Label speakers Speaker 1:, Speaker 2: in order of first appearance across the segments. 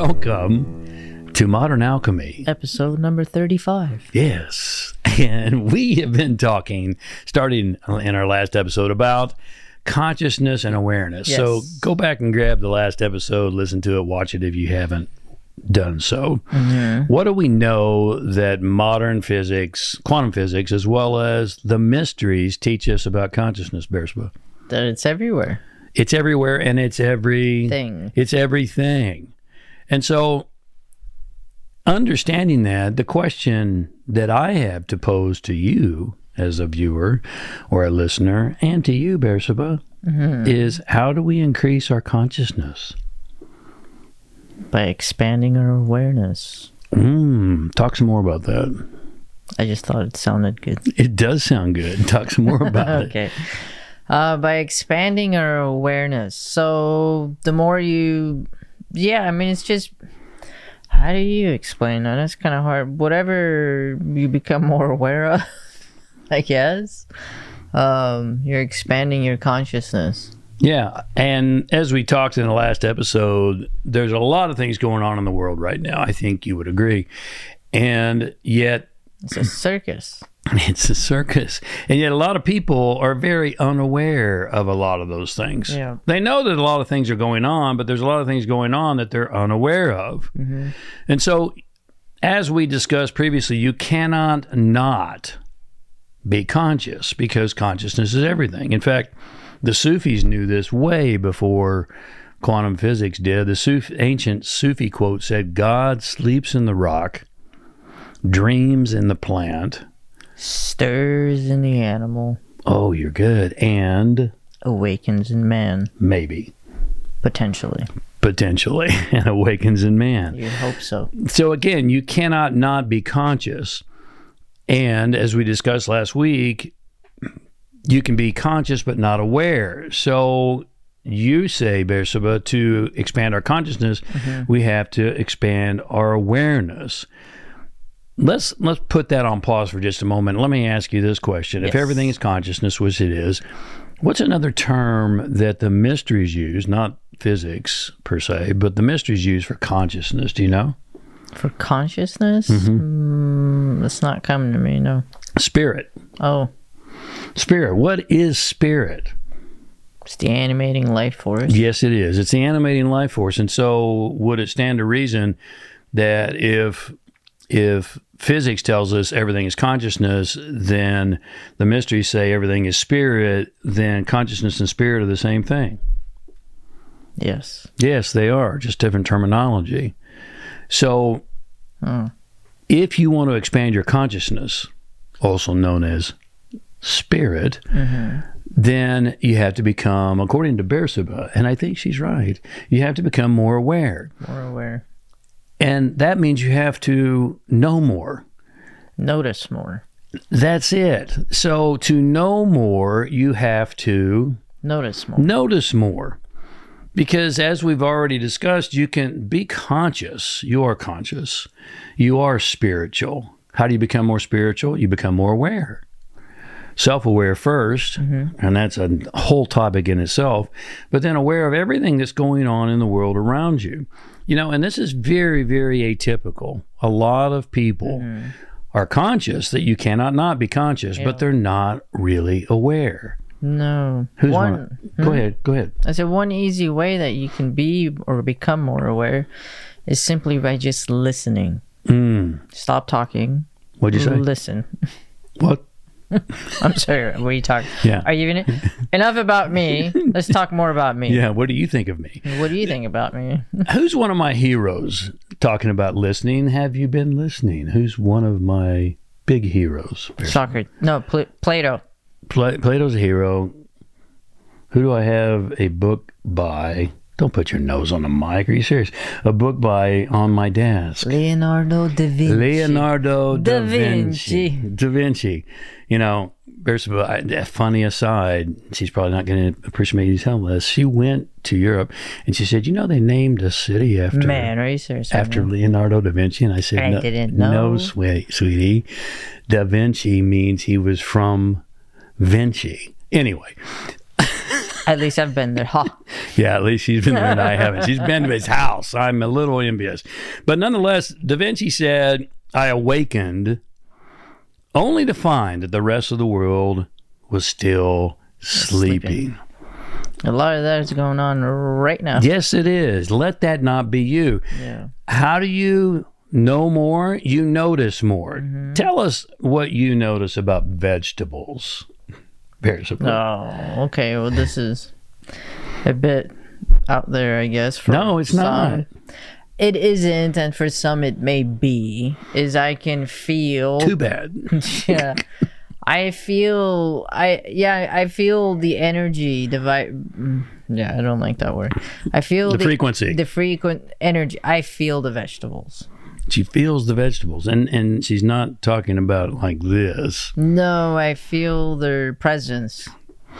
Speaker 1: Welcome to Modern Alchemy.
Speaker 2: episode number 35.
Speaker 1: Yes. And we have been talking, starting in our last episode, about consciousness and awareness. So
Speaker 2: Yes.
Speaker 1: go back and grab the last episode, listen to it, watch it if you haven't done so. What do we know that modern physics, quantum physics, as well as the mysteries teach us about consciousness, Bearspa?
Speaker 2: That it's everywhere.
Speaker 1: It's everywhere and it's every
Speaker 2: Thing.
Speaker 1: It's everything. And so, understanding that, the question that I have to pose to you as a viewer or a listener, and to you, Bersaba, is how do we increase our consciousness?
Speaker 2: By expanding our awareness.
Speaker 1: Mm, talk some more about that.
Speaker 2: I just thought it sounded good.
Speaker 1: It does sound good. Talk some more about it.
Speaker 2: Okay. Uh, by expanding our awareness. So the more you. Yeah, I mean, it's just. How do you explain that? That's kind of hard. Whatever you become more aware of, I guess, um, you're expanding your consciousness.
Speaker 1: Yeah. And as we talked in the last episode, there's a lot of things going on in the world right now. I think you would agree. And yet,
Speaker 2: It's a circus.
Speaker 1: It's a circus. And yet, a lot of people are very unaware of a lot of those things.
Speaker 2: Yeah.
Speaker 1: They know that a lot of things are going on, but there's a lot of things going on that they're unaware of. And so, as we discussed previously, you cannot not be conscious because consciousness is everything. In fact, the Sufis knew this way before quantum physics did. The Suf- ancient Sufi quote said, God sleeps in the rock, dreams in the plant.
Speaker 2: Stirs in the animal.
Speaker 1: Oh, you're good. And
Speaker 2: awakens in man,
Speaker 1: maybe,
Speaker 2: potentially.
Speaker 1: potentially, and awakens in man.
Speaker 2: You hope so.
Speaker 1: So, again, you cannot not be conscious. And as we discussed last week, you can be conscious but not aware. So, you say, Bersaba, to expand our consciousness, we have to expand our awareness. Let's let's put that on pause for just a moment. Let me ask you this question: If
Speaker 2: Yes.
Speaker 1: everything is consciousness, which it is, what's another term that the mysteries use? Not physics per se, but the mysteries use for consciousness. Do you know?
Speaker 2: For consciousness,
Speaker 1: Mm-hmm.
Speaker 2: mm, it's not coming to me, no.
Speaker 1: Spirit.
Speaker 2: Oh,
Speaker 1: Spirit. What is spirit?
Speaker 2: it's the animating life force.
Speaker 1: Yes, it is. It's the animating life force, and so would it stand to reason that if if physics tells us everything is consciousness, then the mysteries say everything is spirit. Then consciousness and spirit are the same thing.
Speaker 2: Yes.
Speaker 1: Yes, they are just different terminology. So,
Speaker 2: Mm.
Speaker 1: if you want to expand your consciousness, also known as spirit, then you have to become, according to Beersheba, and I think she's right, you have to become more aware.
Speaker 2: More aware.
Speaker 1: And that means you have to know more.
Speaker 2: Notice more.
Speaker 1: That's it. So, to know more, you have to
Speaker 2: Notice more.
Speaker 1: notice more. Because as we've already discussed, you can be conscious. You are conscious. You are spiritual. How do you become more spiritual? You become more aware. Self aware 1st and that's a whole topic in itself, but then aware of everything that's going on in the world around you. You know, and this is very, very atypical. A lot of people are conscious that you cannot not be conscious, but they're not really aware.
Speaker 2: No.
Speaker 1: Who's
Speaker 2: one.
Speaker 1: one? Go ahead. Go ahead.
Speaker 2: I said one easy way that you can be or become more aware is simply by just listening.
Speaker 1: Mm.
Speaker 2: Stop talking.
Speaker 1: What'd you say?
Speaker 2: Listen.
Speaker 1: What?
Speaker 2: I'm sorry. What are you talking?
Speaker 1: Yeah.
Speaker 2: Are you gonna, enough about me? Let's talk more about me.
Speaker 1: Yeah. What do you think of me?
Speaker 2: What do you think about me?
Speaker 1: Who's one of my heroes? Talking about listening, have you been listening? Who's one of my big heroes?
Speaker 2: Soccer. No, Pl- Plato.
Speaker 1: Pla- Plato's a hero. Who do I have a book by? Don't put your nose on the mic. Are you serious? A book by on my desk.
Speaker 2: Leonardo da Vinci.
Speaker 1: Leonardo da,
Speaker 2: Da
Speaker 1: Vinci.
Speaker 2: Vinci.
Speaker 1: Da Vinci. You know, Bersaba, I- that funny aside, she's probably not going to appreciate me telling this. She went to Europe and she said, You know, they named a city after.
Speaker 2: Man, are you serious?
Speaker 1: After Leonardo da Vinci, and I said,
Speaker 2: I
Speaker 1: no,
Speaker 2: didn't
Speaker 1: no,
Speaker 2: know."
Speaker 1: sweet, sweetie. Da Vinci means he was from Vinci. Anyway,
Speaker 2: At least I've been there. Ha.
Speaker 1: Yeah, at least she's been there and I haven't. She's been to his house. I'm a little envious. But nonetheless, Da Vinci said, I awakened only to find that the rest of the world was still sleeping.
Speaker 2: A lot of that is going on right now.
Speaker 1: Yes, it is. Let that not be you.
Speaker 2: Yeah.
Speaker 1: How do you know more? You notice more. Tell us what you notice about vegetables. Bears of
Speaker 2: Oh, okay. Well, this is a bit out there, I guess. For
Speaker 1: No, it's not.
Speaker 2: some. It isn't, and for some it may be. Is I can feel.
Speaker 1: Too bad.
Speaker 2: yeah. I feel I yeah I feel the energy the vi- mm, yeah I don't like that word I feel
Speaker 1: The frequency.
Speaker 2: the frequent energy I feel the vegetables
Speaker 1: she feels the vegetables and and she's not talking about like this
Speaker 2: no I feel their presence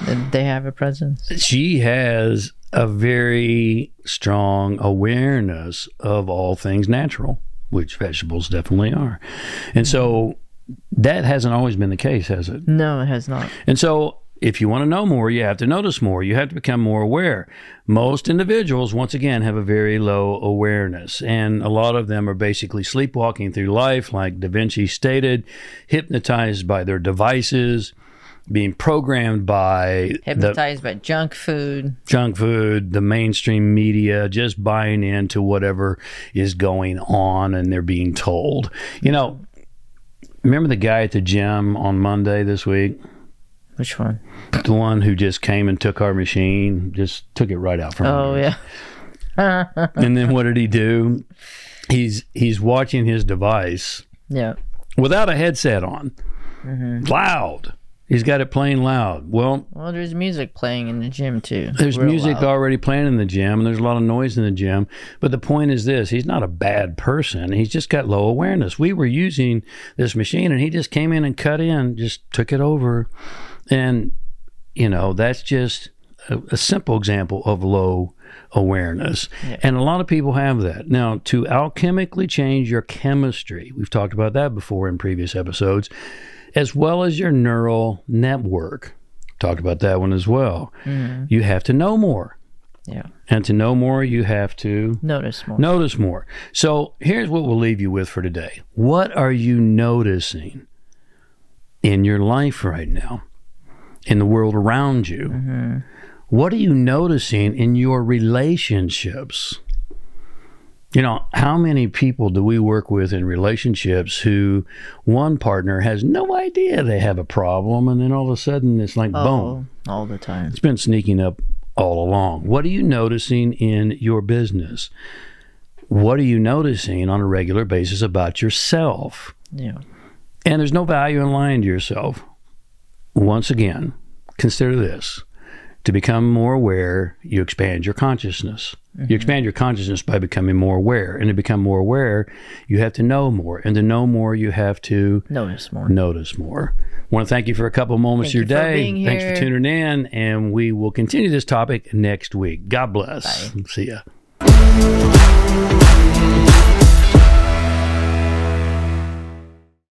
Speaker 2: That they have a presence
Speaker 1: she has a very strong awareness of all things natural which vegetables definitely are and so that hasn't always been the case has it
Speaker 2: no it has not
Speaker 1: and so if you want to know more, you have to notice more. You have to become more aware. Most individuals, once again, have a very low awareness. And a lot of them are basically sleepwalking through life, like Da Vinci stated, hypnotized by their devices, being programmed by the
Speaker 2: hypnotized by junk food
Speaker 1: junk food, the mainstream media, just buying into whatever is going on and they're being told. You know, remember the guy at the gym on Monday this week?
Speaker 2: which one?
Speaker 1: The one who just came and took our machine, just took it right out from
Speaker 2: Oh
Speaker 1: us.
Speaker 2: yeah
Speaker 1: And then what did he do? He's he's watching his device
Speaker 2: yeah
Speaker 1: without a headset on, loud. He's got it playing loud. Well,
Speaker 2: well there's music playing in the gym too
Speaker 1: there's
Speaker 2: Real
Speaker 1: music
Speaker 2: loud.
Speaker 1: already playing in the gym, and there's a lot of noise in the gym. But the point is this: he's not a bad person. He's just got low awareness. We were using this machine, and he just came in and cut in, just took it over, and you know that's just a, a simple example of low awareness. And a lot of people have that. Now, to alchemically change your chemistry, we've talked about that before in previous episodes, as well as your neural network. Talked about that one as well. You have to know more.
Speaker 2: yeah
Speaker 1: And to know more, you have to
Speaker 2: notice more
Speaker 1: notice more. So here's what we'll leave you with for today. What are you noticing in your life right now, in the world around you?
Speaker 2: Mm-hmm.
Speaker 1: What are you noticing in your relationships? You know, how many people do we work with in relationships who one partner has no idea they have a problem, and then all of a sudden it's like, boom,
Speaker 2: oh, all the time
Speaker 1: it's been sneaking up all along. What are you noticing in your business? What are you noticing on a regular basis about yourself?
Speaker 2: yeah
Speaker 1: And there's no value in lying to yourself. Once again, consider this to become more aware, you expand your consciousness. You expand your consciousness by becoming more aware. And to become more aware, you have to know more. And to know more, you have to
Speaker 2: notice more
Speaker 1: notice more. want to thank you for a couple moments
Speaker 2: Thank
Speaker 1: of your
Speaker 2: you for
Speaker 1: day.
Speaker 2: being
Speaker 1: Thanks for
Speaker 2: here.
Speaker 1: tuning in, and we will continue this topic next week. God bless. See ya.